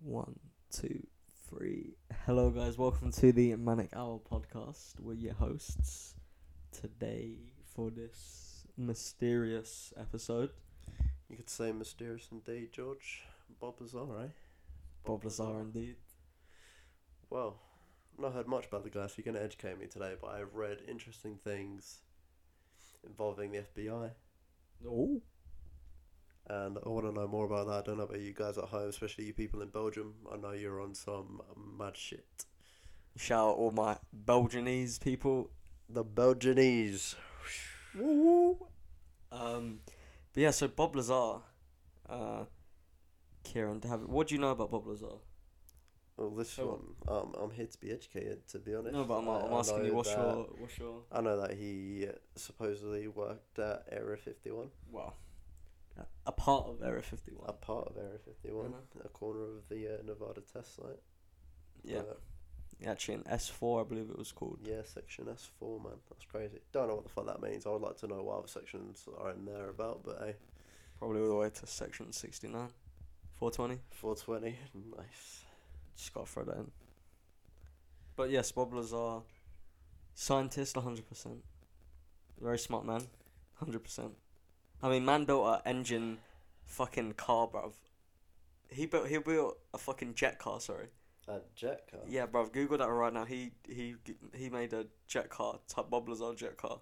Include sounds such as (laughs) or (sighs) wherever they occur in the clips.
One, two, three. Hello, guys. Welcome to the Manic Hour podcast. We're your hosts today for this mysterious episode. You could say mysterious indeed, George. Bob Lazar, eh? Bob Lazar, indeed. Well, I've not heard much about the guy, so you're going to educate me today, but I've read interesting things involving the FBI, Oh, and I want to know more about that. I don't know about you guys at home, especially you people in Belgium. I know you're on some mad shit. shout out all my Belgianese people. The Belgianese. Woo! Um, but yeah, so Bob Lazar, uh, Kieran, to have what do you know about Bob Lazar? Well, this Oh. one, um, I'm here to be educated, to be honest. No, but I'm, I- I'm I asking you know what's that- your what's your I know that he supposedly worked at Area 51, well, a- a part of Area 51. a part of Area 51, Mhm. a corner of the uh, Nevada test site. Yeah, Uh, actually in S4, I believe it was called. Yeah, section S four, man. That's crazy. Don't know what the fuck that means. I would like to know what other sections are in there about, but hey, Probably all the way to section 69, 420. four twenty, (laughs) nice. Just gotta throw that in. But yes, Bob Lazar, scientist, 100%. Very smart man, 100%. I mean, man built a engine fucking car, bruv. He built he built a fucking jet car. Sorry. A jet car. Yeah, bruv. Google that right now. He he he made a jet car. Type Bob Lazar jet car.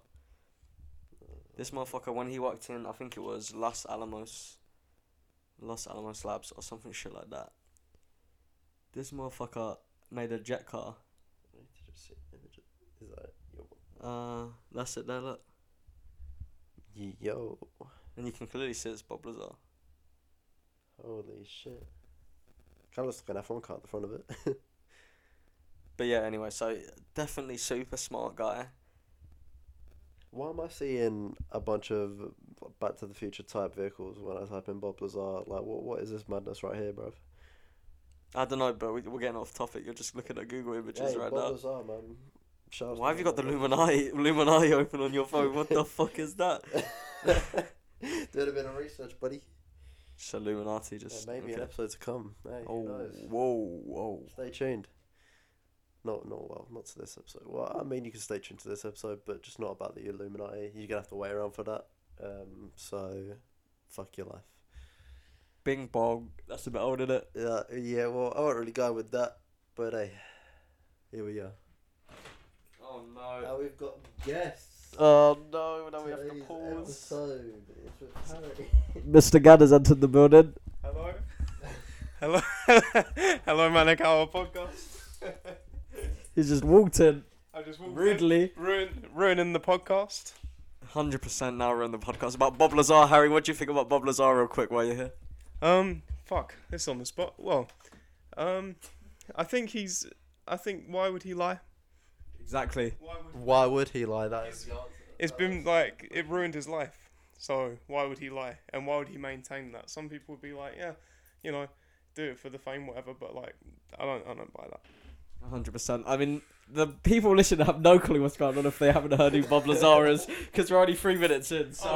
This motherfucker, when he walked in, I think it was Los Alamos, Los Alamos Labs or something shit like that. This motherfucker made a jet car. I need to just see images. Is that yo? Uh, that's it there, look. Yo, And you can clearly see it's Bob Lazar. holy shit! Kind of looks like an F one car at the front of it. (laughs) But yeah, anyway, so definitely super smart guy. Why am I seeing a bunch of Back to the Future type vehicles when I type in Bob Lazar? Like, what what is this madness right here, bruv? I don't know, but we, we're getting off topic. You're just looking at Google images Hey, right Bob now. Lazar, man. Shout out to Why have you got the Bob Lazar. (laughs) Luminati, Luminati open on your phone? What the (laughs) fuck is that? (laughs) (laughs) Doing a bit of research, buddy. Just Illuminati, just. maybe an okay. episode to come. Hey, who Oh, knows? whoa, whoa. Stay tuned. No, no, well, not to this episode. Well, I mean, you can stay tuned to this episode, but just not about the Illuminati. You're gonna have to wait around for that. Um, so, fuck your life. Bing bong. That's a bit old, is it? Yeah, yeah. Well, I won't really go with that, but hey, here we are. Oh no. Now we've got guests. Oh no, now we have to Today's pause. Episode. It's with Harry. Mr. Gadder's entered the building. Hello. (laughs) Hello. (laughs) Hello, Manic Hour podcast. He's just walked in (laughs) I just walked in, rudely. ruin, ruining the podcast. 100% now we're on the podcast about Bob Lazar. Harry, what do you think about Bob Lazar, real quick, while you're here? Um, fuck. It's on the spot. Well, um, I think he's. I think why would he lie? Exactly. Why would? Why would he lie? That is Oh It's been like it ruined his life. So why would he lie? And why would he maintain that? Some people would be like, yeah, you know, do it for the fame, whatever. But like, I don't, I don't buy that. 100%. I mean, the people listening have no clue what's going on if they haven't heard who Bob Lazar is, because we're only three minutes in, so.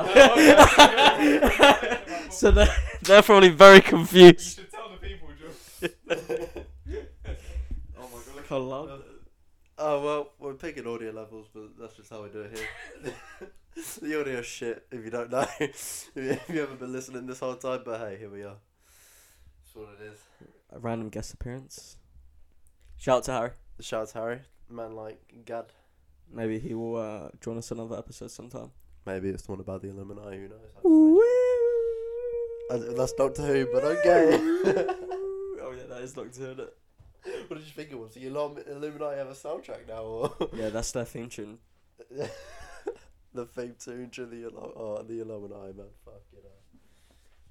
(laughs) so they're, they're probably very You confused. should tell the people, Joe. Oh my god, look how loud. Oh well, we're picking audio levels, but that's just how we do it (laughs) here. the audio shit. If you don't know, (laughs) if you, if you haven't been listening this whole time, but hey, here we are. That's what it is. A random guest appearance. Shout out to Harry. Shout out to Harry, man like Gad. Maybe he will uh, join us another episode sometime. Maybe it's the one about the Illuminati. Who knows? Uh, that's Doctor Who, but okay. (laughs) (laughs) oh yeah, that is Doctor Who. isn't it? what did you think it was? The Illum- Illuminati have a soundtrack now, or Yeah, that's their theme tune. (laughs) the theme tune to the Illum- oh, the Illuminati man? Fuck it up.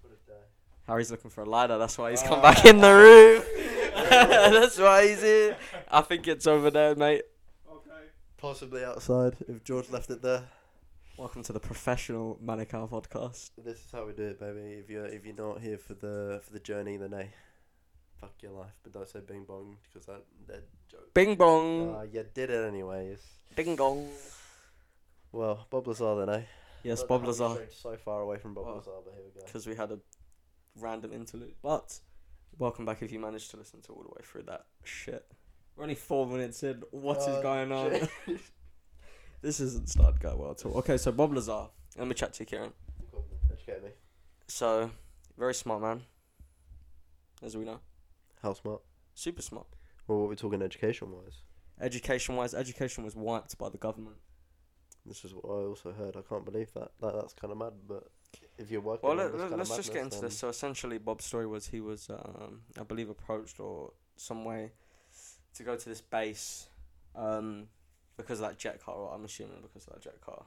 What a day. Harry's looking for a lighter. That's why he's come back in Ah. the (laughs) room. (laughs) that's why he's here. I think it's over there, mate. Okay. Possibly outside if George left it there. Welcome to the professional Manicow podcast. This is how we do it, baby. If you're if you're not here for the for the journey, then hey, fuck your life. But don't say bing bong because that that joke. Bing bong, Uh, you did it anyways. bing bong. Well, Bob Lazar then, eh? Yes, Don't Bob know how we Lazar, strayed So far away from Bob Oh. Lazar, but here we go. because we had a random interlude, but Welcome back if you managed to listen to all the way through that shit. We're only four minutes in. What What is is going on? (laughs) This isn't started going well at all. Okay, so Bob Lazar. Let me chat to you, Kieran. Educate me. So, very smart man, as we know. How smart? Super smart. Well, what we're talking education wise. Education wise, education was wiped by the government. This is what I also heard. I can't believe that. Like, that's kind of mad, but if you're working Well, on let, this let, kind let's of just get madness, into this. So essentially, Bob's story was he was, um, I believe, approached or some way to go to this base um, because of that jet car, or I'm assuming because of that jet car,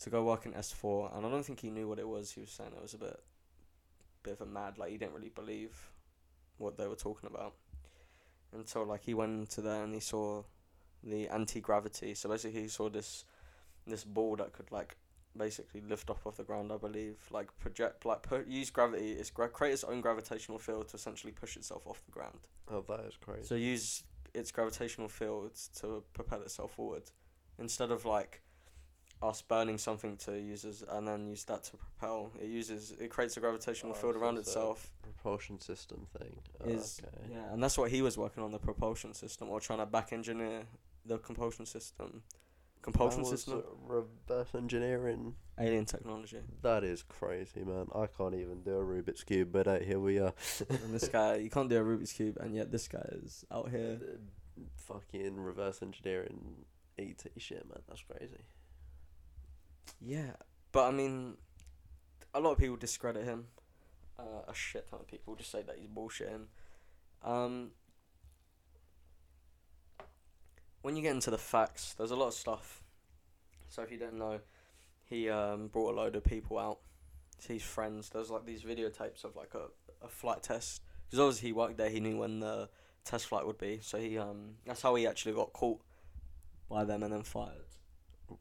to go work in S4. And I don't think he knew what it was. He was saying it was a bit, bit of a mad, like he didn't really believe what they were talking about until like he went into there and he saw the anti gravity. So basically, he saw this this ball that could like basically lift off of the ground, I believe. Like project, like pu- use gravity. It's gra- create its own gravitational field to essentially push itself off the ground. Oh, that is crazy. So use its gravitational field to propel itself forward, instead of like us burning something to use as, and then use that to propel. It uses it creates a gravitational Oh, field so around it's a- itself. Propulsion system thing. Oh, Is okay. yeah, and that's what he was working on the propulsion system or trying to back engineer the compulsion system. Compulsion That was system, Reverse engineering. alien technology. That is crazy, man. I can't even do a Rubik's cube, but hey, here we are. and this guy, you can't do a Rubik's cube, and yet this guy is out here. Uh, Fucking reverse engineering ET shit, man. That's crazy. Yeah, but I mean, a lot of people discredit him. Uh, a shit ton of people just say that he's bullshitting. Um, when you get into the facts, there's a lot of stuff. So if you don't know, he um, brought a load of people out. His friends. There's like these videotapes of like a, a flight test because obviously he worked there. He knew when the test flight would be. So he um that's how he actually got caught by them and then fired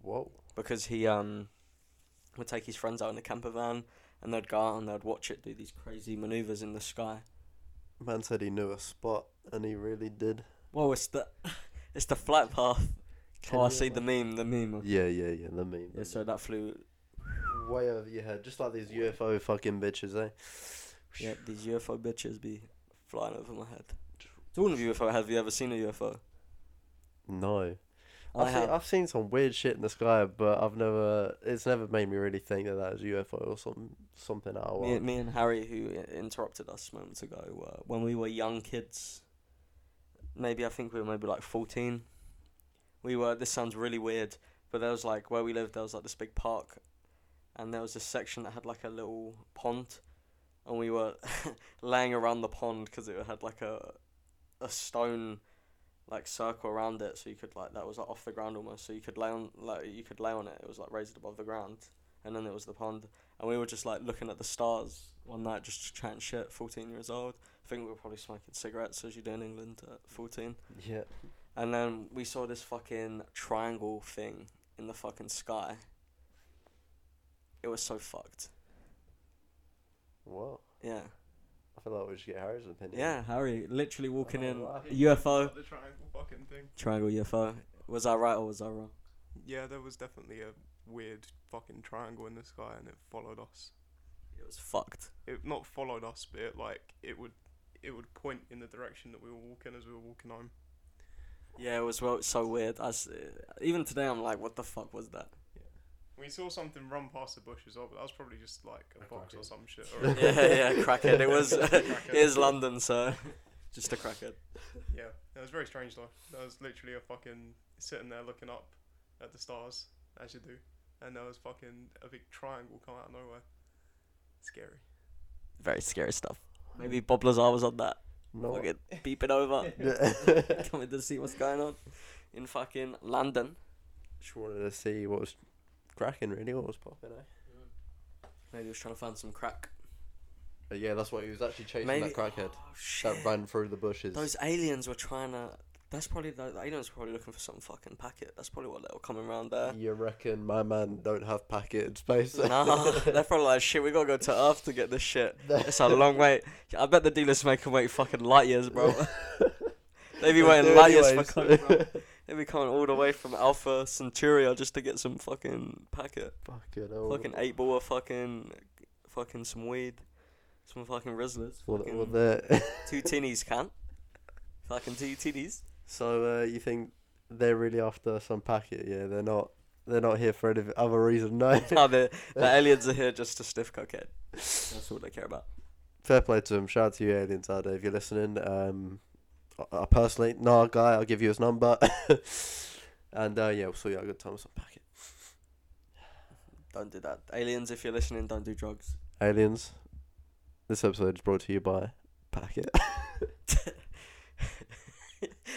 Whoa. because he um would take his friends out in a camper van and they'd go out and they'd watch it do these crazy maneuvers in the sky. Man said he knew a spot, and he really did. Well, it's the (laughs) it's the flight path. Can Oh, I you see the meme. The meme. Yeah, yeah, yeah. The meme. Yeah, so that flew. way over your head, just like these UFO fucking bitches, eh? Yeah, these UFO bitches be flying over my head. Talking of UFO, have you ever seen a UFO? No, I, I've, have. seen, I've seen some weird shit in the sky, but I've never. It's never made me really think that that is UFO or some something Oh, out of me, line. me and Harry, who i- interrupted us moments ago, uh, when we were young kids, maybe I think we were maybe like 14. We were, this sounds really weird, but there was like where we lived, there was like this big park, and there was this section that had like a little pond, and we were (laughs) laying around the pond because it had like a, a stone. Like circle around it, so you could like that was like off the ground almost. So you could lay on like you could lay on it. It was like raised above the ground, and then there was the pond and we were just like looking at the stars one night, just chatting shit. Fourteen years old, I think we were probably smoking cigarettes as you do in England at fourteen. Yeah, And then we saw this fucking triangle thing in the fucking sky. It was so fucked. what? Yeah, I feel like we should get Harry's opinion. yeah. Harry literally walking in Oh, wow. UFO The triangle fucking thing. triangle UFO. Was I right or was I wrong? Yeah, there was definitely a weird fucking triangle in the sky, and it followed us. It was fucked. It not followed us, but it, like it would, it would point in the direction that we were walking as we were walking home. Yeah, it was well, so weird. I s- even today I'm like, what the fuck was that? We saw something run past the bush as well, but that was probably just like a box or (laughs) some shit. Or (laughs) yeah, yeah, crackhead. It (laughs) was. it Crackhead. is London, so just a crackhead. yeah, that was very strange though. That was literally a fucking sitting there looking up at the stars as you do, and there was fucking a big triangle come out of nowhere. Scary. Very scary stuff. Maybe Bob Lazar was on that. No. Fucking beep it over. (laughs) (laughs) Yeah. Coming to see what's going on in fucking London. just wanted to see what was cracking, really, what was popping. Eh? Maybe he was trying to find some crack. But yeah, that's what he was actually chasing Maybe that crackhead Oh, shit. that ran through the bushes. Those aliens were trying to. That's probably the, the aliens were probably looking for some fucking packet. That's probably what they were coming around there. You reckon my man don't have packet space? nah, they're probably like shit. We gotta go to Earth to get this shit. It's a long wait. I bet the dealers make them wait fucking light years, bro. (laughs) they be waiting light years for coke, bro. They be coming all the way from Alpha Centurion just to get some fucking packet. (laughs) Fucking hell. Fucking eight ball of fucking, fucking some weed. Some fucking Rizzlers. Well, Fucking well, they're- two tinnies, can. Fucking two tinnies. (laughs) so uh, you think they're really after some packet? Yeah, they're not. They're not here for any other reason. No. No, the, the aliens are here just to sniff cocaine. That's all they care about. Fair play to him. Shout out to you, aliens out there, if you're listening. Um, I, I personally, nah, guy, I'll give you his number. (laughs) and uh, yeah, we'll sort you out a good time with some packet. Don't do that. Aliens, if you're listening, don't do drugs. Aliens, this episode is brought to you by Packet. (laughs) (laughs)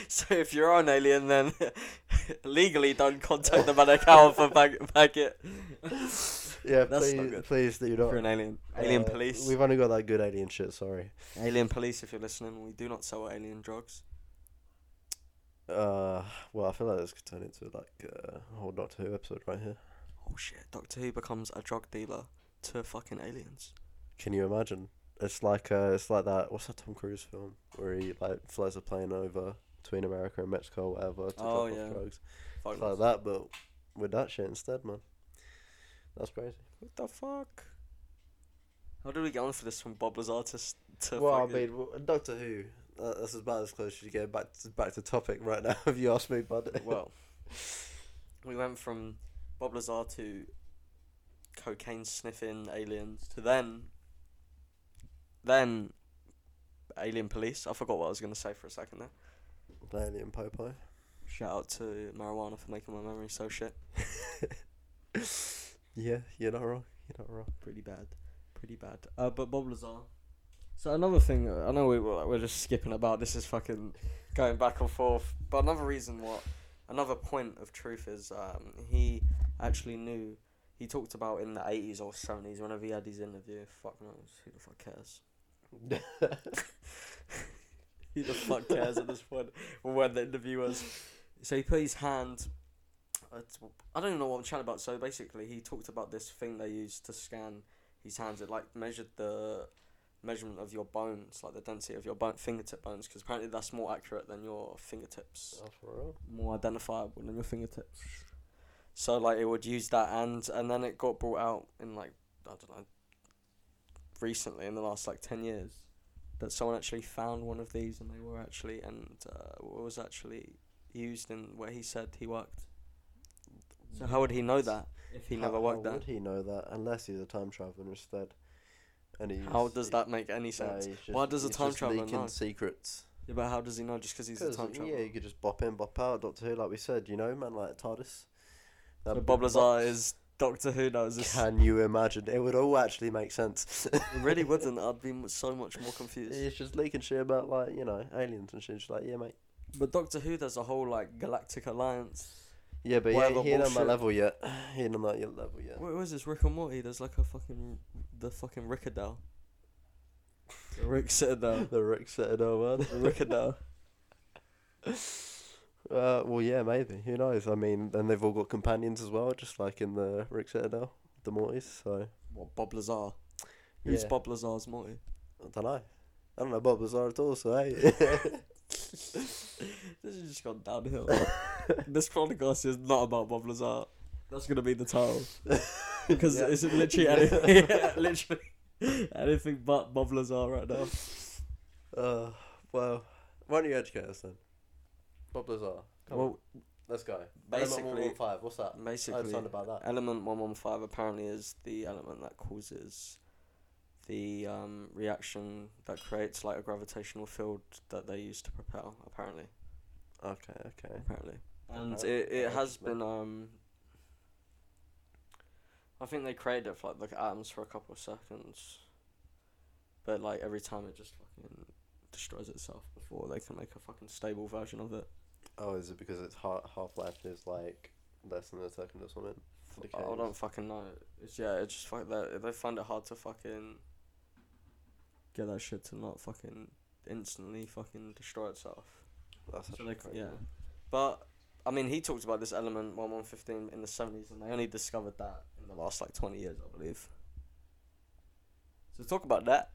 So if you're an alien, then (laughs) legally don't contact the Manic Hour for bag- packet. (laughs) yeah, That's please, not good. please do If you're not. an alien, alien uh, police, We've only got that good alien shit. Sorry. alien police. If you're listening, we do not sell alien drugs. Uh, well, I feel like this could turn into like uh, a whole Doctor Who episode right here. Oh shit! Doctor Who becomes a drug dealer to fucking aliens. Can you imagine? It's like uh, it's like that. What's that Tom Cruise film where he like flies a plane over between America and Mexico, or whatever, to Oh, drop yeah. off drugs. Fuck It's like that, but with that shit instead, man. That's crazy. What the fuck? How did we get on for this from Bob Lazartis to well, I fucking- mean, well, Doctor Who. Uh, that's about as close as you get back to, back to topic right now. (laughs) If you ask me, bud. well, we went from Bob Lazar to cocaine sniffing aliens to then, then alien police. I forgot what I was gonna say for a second there. Alien Popeye. Shout out to marijuana for making my memory so shit. (laughs) Yeah, you're not wrong. You're not wrong. Pretty bad, pretty bad. Uh, but Bob Lazar. So another thing, uh, I know we we're, like, we're just skipping about. This is fucking going back and forth. But another reason, what another point of truth is, um, he actually knew. He talked about in the eighties or seventies, whenever he had his interview. Fuck knows who the fuck cares. (laughs) Who the fuck cares at this point when the interview was? So he put his hand. it's- I don't know what I'm chatting about. So basically, he talked about this thing they used to scan his hands. It like measured the measurement of your bones, like the density of your bone, fingertip bones, because apparently that's more accurate than your fingertips, Oh, for real? more identifiable than your fingertips. So like it would use that, and and then it got brought out in like I don't know, recently in the last like ten years, that someone actually found one of these, and they were actually and uh, was actually used in where he said he worked. So how would he know that if he How- never worked how there? Would he know that unless he's a time traveler instead? And he's, How does that make any no, sense? he's just- Why does a he's time just traveler leaking know? secrets? Yeah, but how does he know? Just because he's a 'Cause, time Yeah, traveler. you could just bop in, bop out. Doctor Who, like we said, you know, man, like TARDIS. That So big Bob Lazar box. is Doctor Who knows this. Can you imagine? It would all actually make sense. It really wouldn't. I'd be m- so much more confused. It's just leaking shit about like you know aliens and shit. Just like yeah, mate. But Doctor Who, there's a whole like galactic alliance. Yeah, but he, Whatever ain't- he ain't on my bullshit. level yet. He ain't on that yet level yet. What was this Rick and Morty? There's like a fucking the fucking Rickadell. The Rick Citadel. (laughs) The Rick Citadel man. the (laughs) Rickadell. Uh, well, yeah, maybe. Who knows? I mean, and they've all got companions as well, just like in the Rick Citadel, the Mortys. So What Bob Lazar? Who's yeah. Bob Lazar's Morty? (laughs) I don't know. I don't know Bob Lazar at all. So hey, (laughs) This has just gone (laughs) downhill. this podcast is not about Bob Lazar. That's gonna be the (laughs) title (laughs) because Yeah. it's literally (laughs) anything, literally anything but Bob Lazar right now. uh, well, why don't you educate us then? Bob Lazar. Come on, Well, let's go. basically- Element five. What's that? I basically, understand about that. element one one five apparently is the element that causes the um, reaction that creates like a gravitational field that they use to propel. Apparently, Okay, okay. apparently, and Okay, it, it okay, has interesting. been. Um, I think they created it for like the atoms for a couple of seconds, but like every time it just fucking destroys itself before they can make a fucking stable version of it. Oh, is it because it's half half life is like less than a second or something? For the I- I case. don't fucking know. It's yeah, it's just like that. They find it hard to fucking get that shit to not fucking instantly fucking destroy itself. That's So actually they, crazy. yeah, but I mean, he talked about this element one one fifteen in the seventies, and they only discovered that in the last like twenty years, I believe. So talk about that.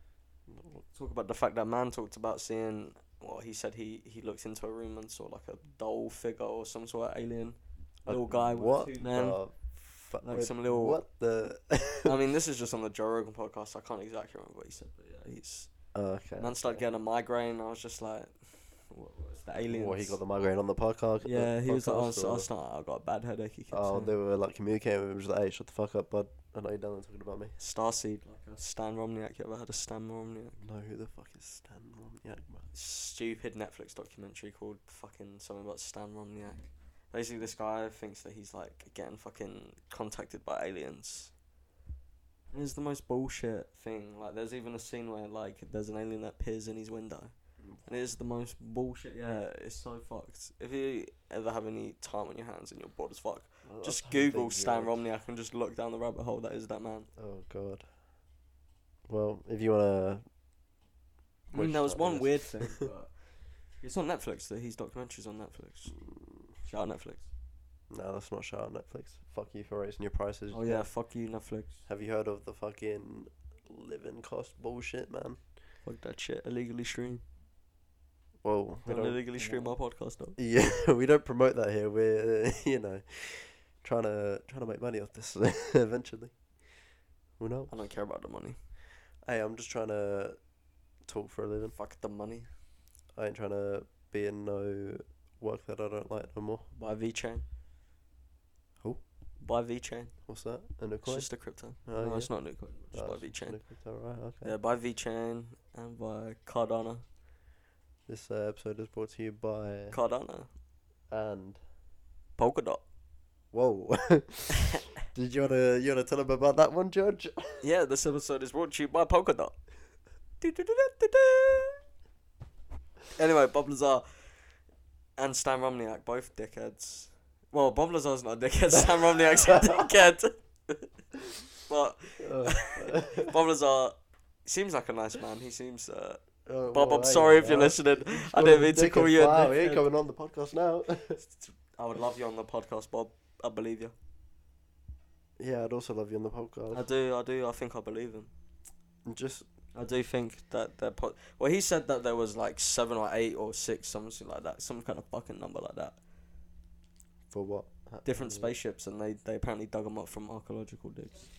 Talk about the fact that man talked about seeing. Well, he said he he looked into a room and saw like a doll figure or some sort of alien A little guy with what two men. the fuck. Like with- some little- What the? I mean, this is just on the Joe Rogan podcast. so I can't exactly remember what he said, but yeah, he's oh, (laughs) okay. man started getting a migraine. I was just like, what was the aliens? Well, he got the migraine on the podcast. yeah, the he was like, podcast, I, was, I or- was like, I got a bad headache. He kept Oh, saying. they were like communicating with him, just like, hey, shut the fuck up, bud. I know you're done talking about me. Starseed, like a Stan Romniak. You ever had a Stan Romniak? No, who the fuck is Stan Wozniak, man? Stupid Netflix documentary called fucking something about Stan Romniak. Basically, this guy thinks that he's like getting fucking contacted by aliens. And it's the most bullshit thing. Like, there's even a scene where like there's an alien that peers in his window. And it is the most bullshit. Yeah, it's so fucked. If you ever have any time on your hands and you're bored as fuck, Oh, that's just how Google big Stan your- Romniak and just look down the rabbit hole that is that man. Oh god. Well, if you wanna, I mean, Which Mm, there was side one is- weird thing. but it's on Netflix. That his documentaries on Netflix. Shout out Netflix. no, Mm, that's not shout out Netflix. Fuck you for raising your prices. Oh yeah, fuck you Netflix. Have you heard of the fucking living cost bullshit, man? Fuck that shit. Illegally stream. Well, we Don't don't, illegally stream my podcast though. yeah, (laughs) we don't promote that here. We're (laughs) you know trying to trying to make money off this (laughs) eventually. Well, no. I don't care about the money. Hey, I'm just trying to talk for a living. Fuck the money. I ain't trying to be in no work that I don't like no more. Buy V Chain. Who? Buy V Chain. What's that? A new It's coin? just a crypto. Oh, no, yeah. it's not new coin. Just Oh, buy it's V Chain. new crypto, right, okay. Yeah, buy V Chain and buy Cardano. This uh, episode is brought to you by Cardano. and Polkadot. (laughs) whoa. (laughs) Did you wanna you wanna tell them about that one, George? Yeah, this episode is brought to you by Polkadot. Anyway, Bob Lazar and Stan Romniak, both dickheads. Well, Bob Lazar's not a (laughs) dickhead, Stan Romniak's (laughs) a dickhead. but Uh, (laughs) Bob Lazar seems like a nice man. He seems. Uh, oh, Bob, well, I'm hey, sorry if you're uh, listening. he's I got didn't a mean to dick call and you a Wow, he ain't dickhead. coming on the podcast now. (laughs) I would love you on the podcast, Bob. I believe you. yeah, I'd also love you on the I podcast. do, I do. I think I believe him. Just I do think that their pod. Well, he said that there was like seven or eight or six, something like that, some kind of fucking number like that. for what? Different Uh, spaceships, and they they apparently dug them up from archaeological digs.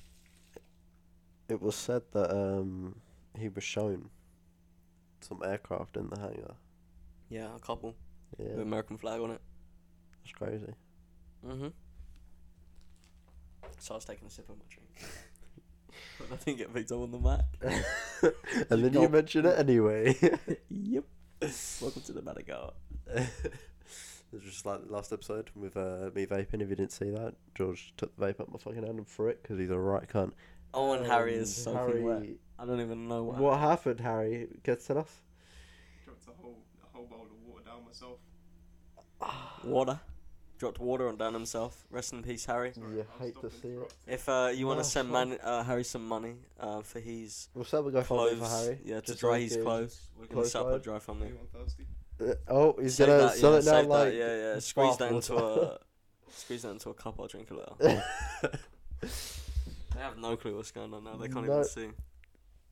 It was said that um he was shown some aircraft in the hangar. Yeah, a couple with Yeah, American flag on it. that's (laughs) crazy. Mhm. So I was taking a sip of my drink. (laughs) but I didn't get picked up on the mic. And then you don't- mention it anyway. (laughs) yep. Welcome to the Madagascar. It's just like the last episode with uh, me vaping. If you didn't see that, George took the vape up my fucking hand and threw it because he's a right cunt. Oh, and Harry is Um, soaking wet. I don't even know what. What happened, Harry? Gets it off? Dropped a whole, a whole bowl of water down myself. Water. Dropped water on Dan himself. Rest in peace, Harry. You hate to see it. If uh, you want No, to send fuck. man, uh, Harry some money uh, for his We'll set up a GoFundMe for clothes, Harry. yeah, to just dry like his his clothes. We're gonna clothes set up a dried. dry family. Anyone thirsty? Uh, oh, he's Save gonna that, sell yeah, it now save that, like. yeah, yeah. bath Squeeze that into water. (laughs) a, squeeze that into a cup. I'll drink it later. they have no clue what's going on now. They can't No. even see. (laughs)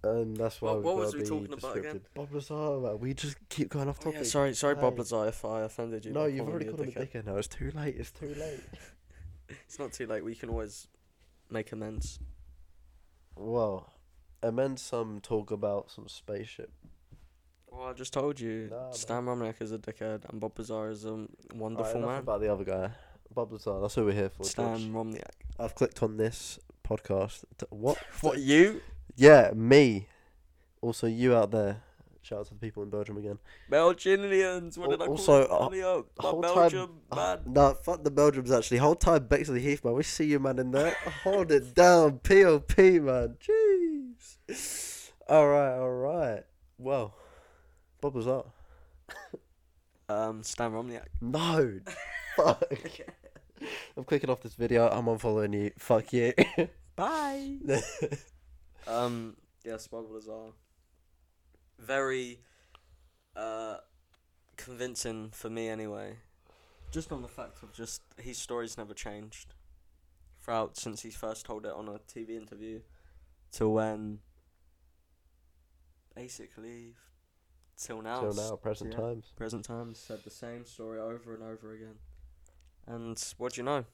And that's why What- we've what gotta was we be talking about again? descriptive. Bob Lazar, man, we just keep going off Oh, topic. yeah, sorry, sorry, Bob Hey. Lazar, if I offended you. no, by you've calling already you called him a dickhead. dickhead now. It's too late. It's too late. It's not too late. We can always make amends. Well, I meant some talk about some spaceship. Well, I just told you, Nah, Stan Romniak is a dickhead, and Bob Lazar is a Alright, wonderful enough man. about the other guy, Bob Lazar. That's who we're here for. Stan George. Romniak. I've clicked on this podcast. To, what? What you? Yeah, me. Also, you out there. Shout out to the people in Belgium again. Belgians. What Al- did I call also, it uh, earlier? My whole time- Belgium Ah, man. nah, fuck the Belgians actually. Whole time Bexley Heath, man. We see you, man, in there. Hold it down, POP, man. Jeez. All right, all right. Well, Bob Lazar. uh, Um, Stan Romniak. (laughs) No. Fuck. I'm clicking off this video. I'm unfollowing you. Fuck you. (laughs) Bye. Um, yes, Bob Lazar. Very uh, convincing for me, anyway. Just on the fact of just his story's never changed throughout since he first told it on a TV interview to when basically till now, Till it's now, present yeah. times. present times said the same story over and over again. And what do you know?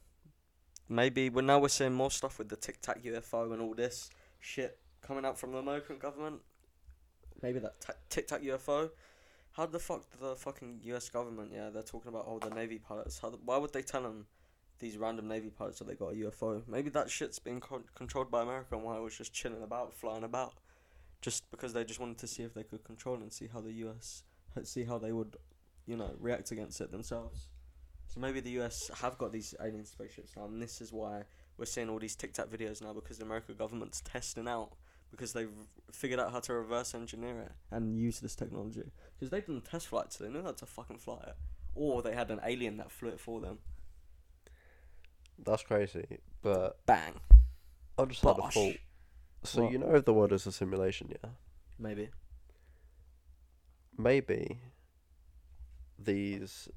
maybe well now we're seeing more stuff with the Tic Tac UFO and all this shit coming out from the American government. Maybe that ta- Tic Tac UFO. How the fuck did the fucking U.S. government? Yeah, they're talking about all the Navy pilots. How the, why would they tell them these random Navy pilots that they got a UFO? Maybe that shit's being con- controlled by America, and why it was just chilling about, flying about, just because they just wanted to see if they could control and see how the U.S. see how they would, you know, react against it themselves. So maybe the US have got these alien spaceships now, and this is why we're seeing all these Tic Tac videos now because the American government's testing out because they've figured out how to reverse engineer it and use this technology. Because they didn't test flight, so they knew how to fucking fly it, or they had an alien that flew it for them. That's crazy. But Bang. I just had a Bosh. thought. So What? you know if the world is a simulation, yeah? Maybe. Maybe these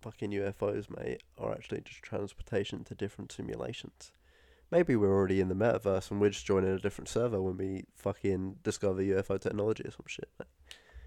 fucking UFOs, mate, are actually just transportation to different simulations. Maybe we're already in the metaverse and we're just joining a different server when we fucking discover UFO technology or some shit. mate.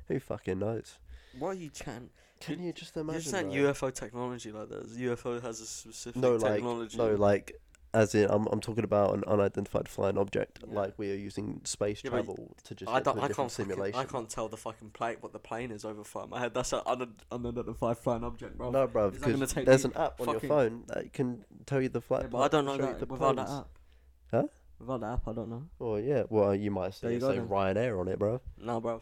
Who fucking knows? What are you chatting? Can you just You're imagine? saying though? UFO technology like that. UFO has a specific no, like technology. no, like as in I'm I'm talking about an unidentified flying object. Yeah. Like we are using space Yeah, but travel to just I get to don't. I a can't. different fucking- simulation. I can't tell the fucking plane what the plane is over far my head. That's an un- unidentified flying object, bro. No, bro, Is that gonna because take there's me an app on your fucking- phone that can tell you the flight. Yeah, but I don't know show you that the without that planes. app. Huh? Without that app, I don't know. Oh yeah, well you There might see you it go say then. Ryanair on it, bro. No, bruv.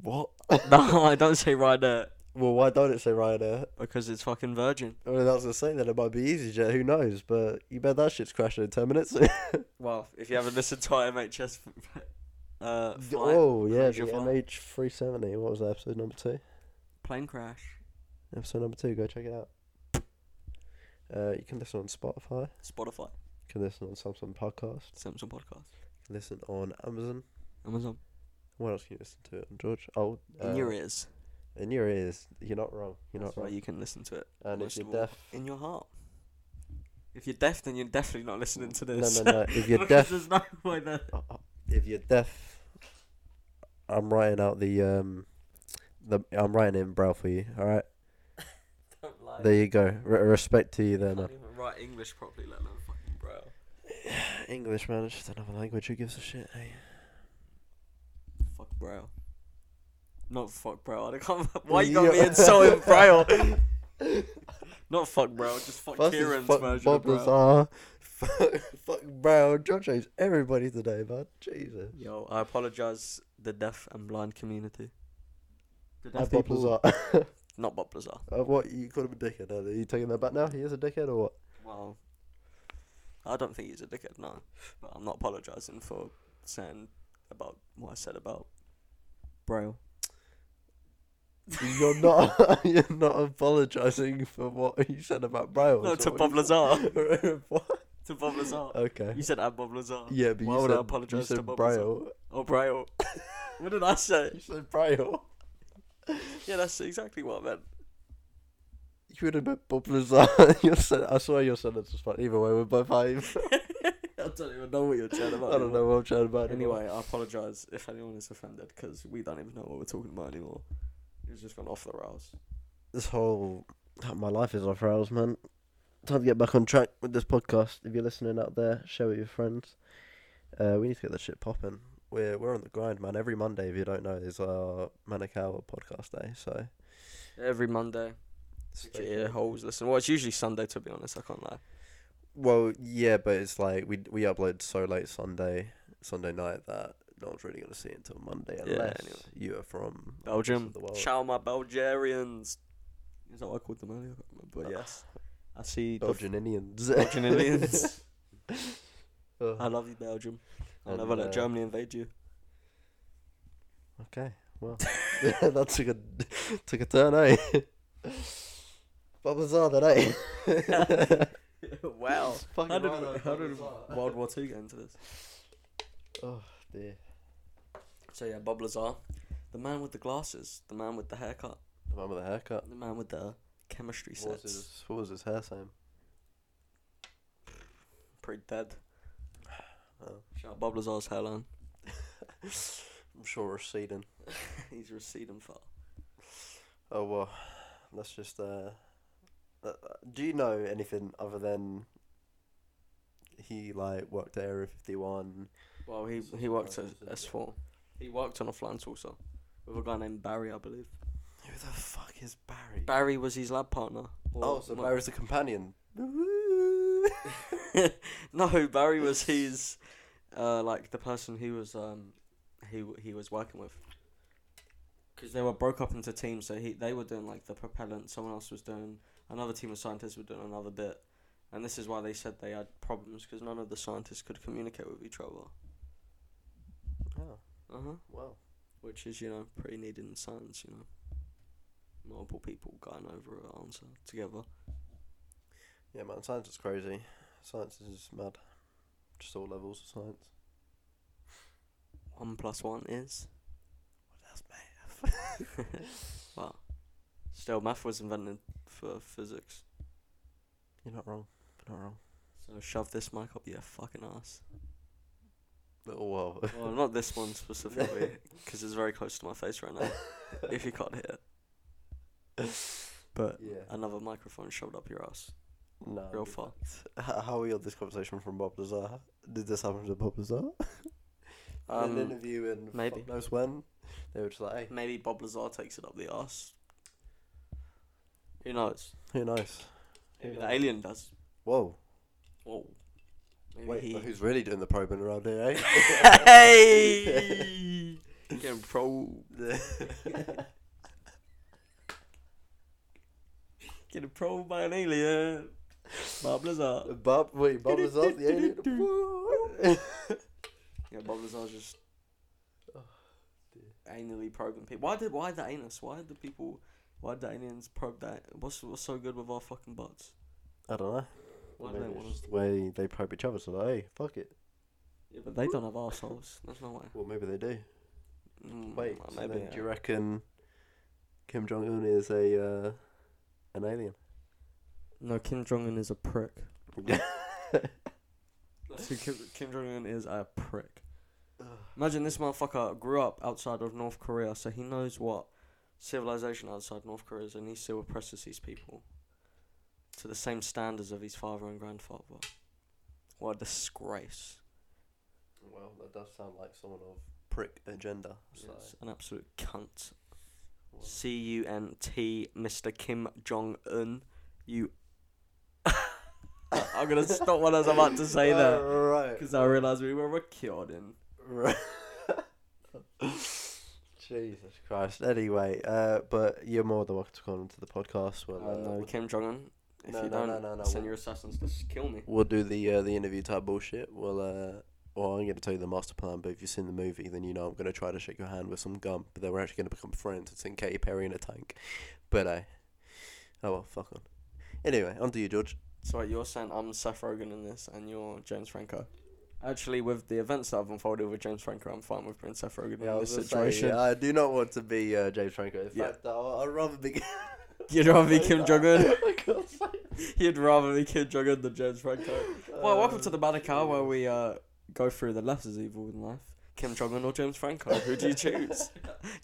What? (laughs) No, I don't say right there (laughs) well, why don't it say Ryanair? because it's fucking Virgin. I mean, I was gonna say that it might be EasyJet. Who knows? But you bet that shit's crashing in ten minutes. Well, if you haven't listened to our MHS, (laughs) uh, flight, (laughs) oh yeah, Crash the your flight. MH three seventy. What was that episode number two? plane crash, Episode number two. Go check it out. Uh, you can listen on Spotify. You Spotify, can listen on Samsung Podcast. Simpson podcast, You can listen on Amazon. Amazon, What else can you listen to it on, George? Oh, uh, in your ears. In your ears. You're not wrong. You're That's not why wrong. you can listen to it. and if most you're of all, deaf, in your heart. If you're deaf, then you're definitely not listening to no, this. no, no. If (laughs) you're (laughs) Because deaf, there's no way that (laughs) if you're deaf, I'm writing out the um, the I'm writing in braille for you. All right. don't lie. There you go. Re- respect to you, there, can't man. even write English properly, let alone fucking braille. (sighs) English, man. It's just another language. Who gives a shit? Hey. Fuck braille. Not fuck braille. (laughs) I can't. Why you got Yeah. me (laughs) insulting braille? (laughs) Not fuck braille. Just fuck Fuck Kieran's fuck version Bob of braille. Lazar. (laughs) Fuck, fuck braille. George hates everybody today, man. Jesus. Yo, I apologize the deaf and blind community. The Uh, Bob (laughs) Lazar. not Bob Lazar. Uh, what you called him a dickhead? Are you taking that back now? He is a dickhead, or what? Well, I don't think he's a dickhead, no. But I'm not apologizing for saying about what I said about Braille. You're not. (laughs) you're not apologising for what you said about Braille. No, is to what Bob you- Lazar. (laughs) what? to Bob Lazar. (laughs) Okay. You said at Bob Lazar. yeah, but Why you would I said, apologise to you said Bob Lazar? Braille. (laughs) Or Braille. what did I say? You said Braille. (laughs) Yeah, that's exactly what I meant. You would have met Bob Lazar. (laughs) you said, I swear your sentence was fine. Either way, we're both high. (laughs) I don't even know what you're chatting about. (laughs) I don't know what I'm trying about. Anyway, I apologise if anyone is offended because we don't even know what we're talking about anymore. It's just gone off the rails. this whole my life is off rails, man. Time to get back on track with this podcast. If you're listening out there, share with your friends. Uh, we need to get this shit popping. We're we're on the grind, man. Every Monday, if you don't know, is our Manikawa podcast day. So Every Monday, get your holes. Listen, well, it's usually Sunday to be honest. I can't lie. Well, yeah, but it's like we we upload so late Sunday, Sunday night that no one's really gonna see it until Monday Yeah, unless anyway. you are from the rest Belgium. of the world. Ciao, my Belgarians. Is that what I called them earlier? But yes, I see the (laughs) Belgian Indians. (laughs) Belgian aliens. I Ugh. love you, Belgium. I'll And, never uh, let Germany invade (laughs) you. Okay, well, (laughs) that took a took a turn, eh? (laughs) What was that, then, eh? (laughs) wow. Fucking eh? How did, right, though, how Bob did Lazar. World War Two get into this? Oh dear, So yeah, Bob Lazar, the man with the glasses, the man with the haircut, the man with the haircut. the man with the chemistry What was, sets. his, what was his hair saying? (laughs) Pretty dead. (sighs) Oh. Shout out Bob Lazar's (laughs) hairline. I'm sure receding. He's receding far. Oh well, let's just uh, Uh, do you know anything other than he like worked at Area Fifty One? Well, he he worked at S four. He worked on a plant also with a guy named Barry, I believe. Who the fuck is Barry? Barry was his lab partner. or oh, so my- Barry's a (laughs) companion. Oh, (laughs) no, Barry was his, uh, like the person he was um, he w- he was working with. Because they were broke up into teams, so he they were doing like the propellant. Someone else was doing another team of scientists were doing another bit, and this is why they said they had problems because none of the scientists could communicate with each other. Oh, Uh huh. wow. Which is you know pretty needed in science, you know. Multiple people going over an answer together. Yeah, man, science is crazy. Science is mad. Just all levels of science. One plus one is. That's (laughs) mad. Wow. Still, math was invented for physics. You're not wrong. You're not wrong. So shove this mic up your fucking ass. Little world. Well, not this one specifically, (laughs) because it's very close to my face right now. If you can't hear it. But Yeah. another microphone shoved up your ass. No. Real (laughs) fucked. How, how we got this conversation from Bob Lazar? Did this happen to Bob Lazar? in an Um, interview and maybe. fuck knows when. They were just like, hey, maybe Bob Lazar takes it up the ass. Who knows? who knows? Maybe the alien does. Whoa. Whoa. Maybe Wait, he- but who's really doing the probing around here, eh? hey! (laughs) Getting probed. Getting probed by an alien. Bob Lazar. Bob, wait, Bob Lazar, the (laughs) alien? Yeah, Bob Lazar's just Oh, anally probing people. Why did why the anus? Why did the people? Why did the aliens probe that? What's what's so good with our fucking butts? I don't know. Why do Maybe they it's want us? just the way they probe each other, so like, hey, fuck it. Yeah, but they don't have assholes. There's no way. Well, maybe they do. Mm, Wait, well, so then yeah. do you reckon Kim Jong Un is a uh, (laughs) an alien? (laughs) No, Kim Jong Un is a prick. Yeah. That's who Kim, Kim Jong Un is a prick. Imagine this motherfucker grew up outside of North Korea, so he knows what civilization outside North Korea is, and he still oppresses these people to the same standards of his father and grandfather. What a disgrace! Well, that does sound like someone of prick agenda. So. Yes, an absolute cunt. well, C U N T, Mr. Kim Jong Un. You. (laughs) (laughs) I'm gonna stop what I was about to (laughs) say there Uh, Alright. because I realised we were recording. Right. (laughs) Jesus Christ. Anyway, uh, but you're more than welcome to come onto the podcast. We'll, Uh, uh, no, Kim Jong Un. If No, you no, don't, no, no, no, send we- your assassins to s- kill me. we'll do the uh, the interview type bullshit. We'll uh, well, I'm going to tell you the master plan. But if you've seen the movie, then you know I'm going to try to shake your hand with some gum. But then we're actually going to become friends. It's in Katy Perry in a tank. But uh, oh well, fuck on. Anyway, on to you, George. So wait, you're saying I'm Seth Rogen in this, and you're James Franco. Actually, with the events that have unfolded with James Franco, I'm fine with being Seth Rogen in this situation. I do not want to be uh, James Franco. In Yeah. fact, I- I'd rather be. (laughs) You'd rather be Kim Jong Un. I can't say (laughs) You'd rather be Kim Jong Un than James (laughs) Franco. Uh, Well, welcome to the Madagascar where we uh, go through the lessons of evil in life. Kim Jong Un or James Franco? Who do you (laughs) choose?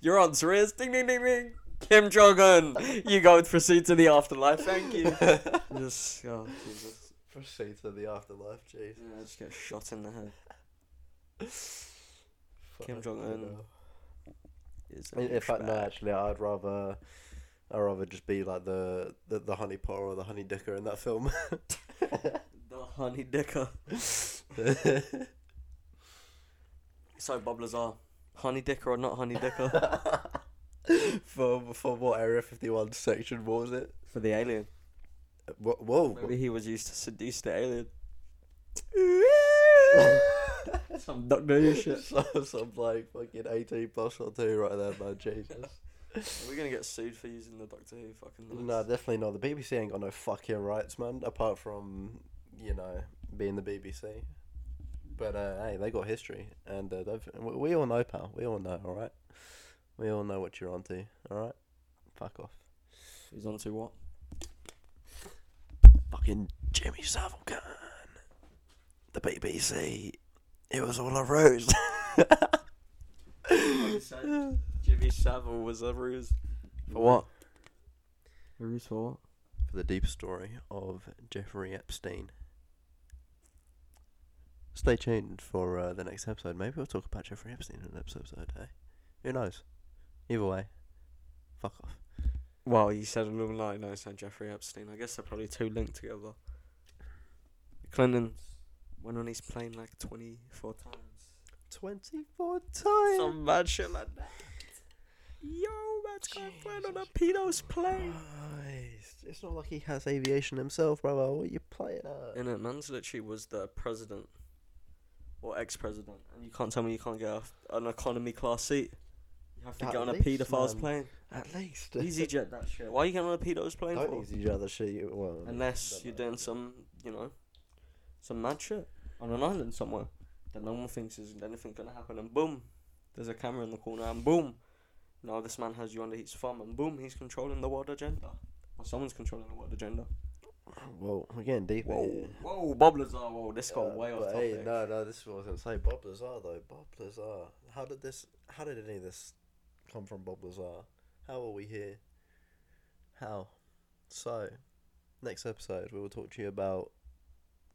Your answer is ding ding ding ding. Kim Jong Un. You go and proceed to the afterlife. Thank (laughs) you. just oh Jesus. Proceed to the afterlife, jeez. Yeah, I just get shot in the head. Kim Jong Un. It's a In, in fact, no. douchebag. Actually, I'd rather, I'd rather just be like the the, the honey pot or the honey dicker in that film. (laughs) The honey dicker. So Bob Lazar, honey dicker or not honey (laughs) dicker for for what Area Fifty One section? What was it? for the alien? Wha- Whoa. (laughs) Maybe he was used to seduce the alien. (laughs) Some doctor who shit. so, some like fucking eighteen plus or two right there, man. Jesus. Are we gonna get sued for using the Doctor Who fucking? lines? No, definitely not. The BBC ain't got no fucking rights, man. Apart from you know being the BBC. But uh, hey, they got history, and uh, they've, we, we all know, pal. We all know, all right. We all know what you're onto, all right. Fuck off, He's on to what? fucking Jimmy Savile Gunn. The BBC. It was all a ruse. (laughs) Jimmy Savile was a ruse. For what? A ruse for what? For for the deep story of Jeffrey Epstein. Stay tuned for uh, the next episode. Maybe we'll talk about Jeffrey Epstein in an episode, eh? Who knows? Either way, fuck off. Well, you said Illuminati, no, it's not Jeffrey Epstein. I guess they're probably two linked together. Clinton went on his plane like 24 times. 24 times! Some mad shit like that. Yo, man's going flying on a pedo's plane. Christ. It's not like he has aviation himself, brother. What are you playing at? In it, man's literally was the president or ex president. And you can't tell me you can't get off an economy class seat. You have to At get on a least, pedophile's man. (laughs) plane. At least. EasyJet that shit. Why are you getting on a pedo's plane for? Don't easy jet the shit you well, Unless don't you're know. doing some, you know, some mad shit on an island somewhere that no one thinks is anything gonna happen, and boom, there's a camera in the corner, and boom, now this man has you under his thumb, and boom, he's controlling the world agenda, or someone's controlling the world agenda. Well, we're getting deep. Whoa, here. whoa, Bob Lazar, whoa, this got Uh, way off but topic. Hey, no, no, this is what I was gonna say. Bob Lazar though. Bob Lazar. How did this? How did any of this come from Bob Lazar? How are we here? How? So, next episode we will talk to you about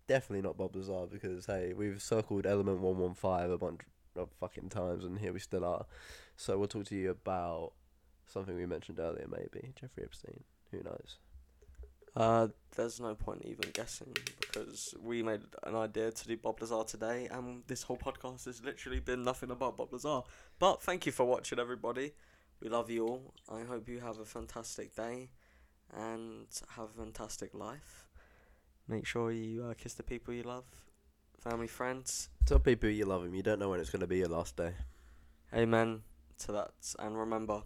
definitely not Bob Lazar because hey, we've circled Element One One Five a bunch of fucking times and here we still are. So we'll talk to you about something we mentioned earlier, maybe Jeffrey Epstein. Who knows? Uh, there's no point even guessing because we made an idea to do Bob Lazar today, and this whole podcast has literally been nothing about Bob Lazar. But thank you for watching, everybody. We love you all. I hope you have a fantastic day and have a fantastic life. Make sure you uh, kiss the people you love, family, friends. Tell people you love him. You don't know when it's gonna be your last day. Amen to that. And remember,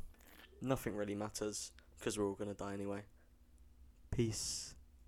nothing really matters because we're all going to die anyway. Peace.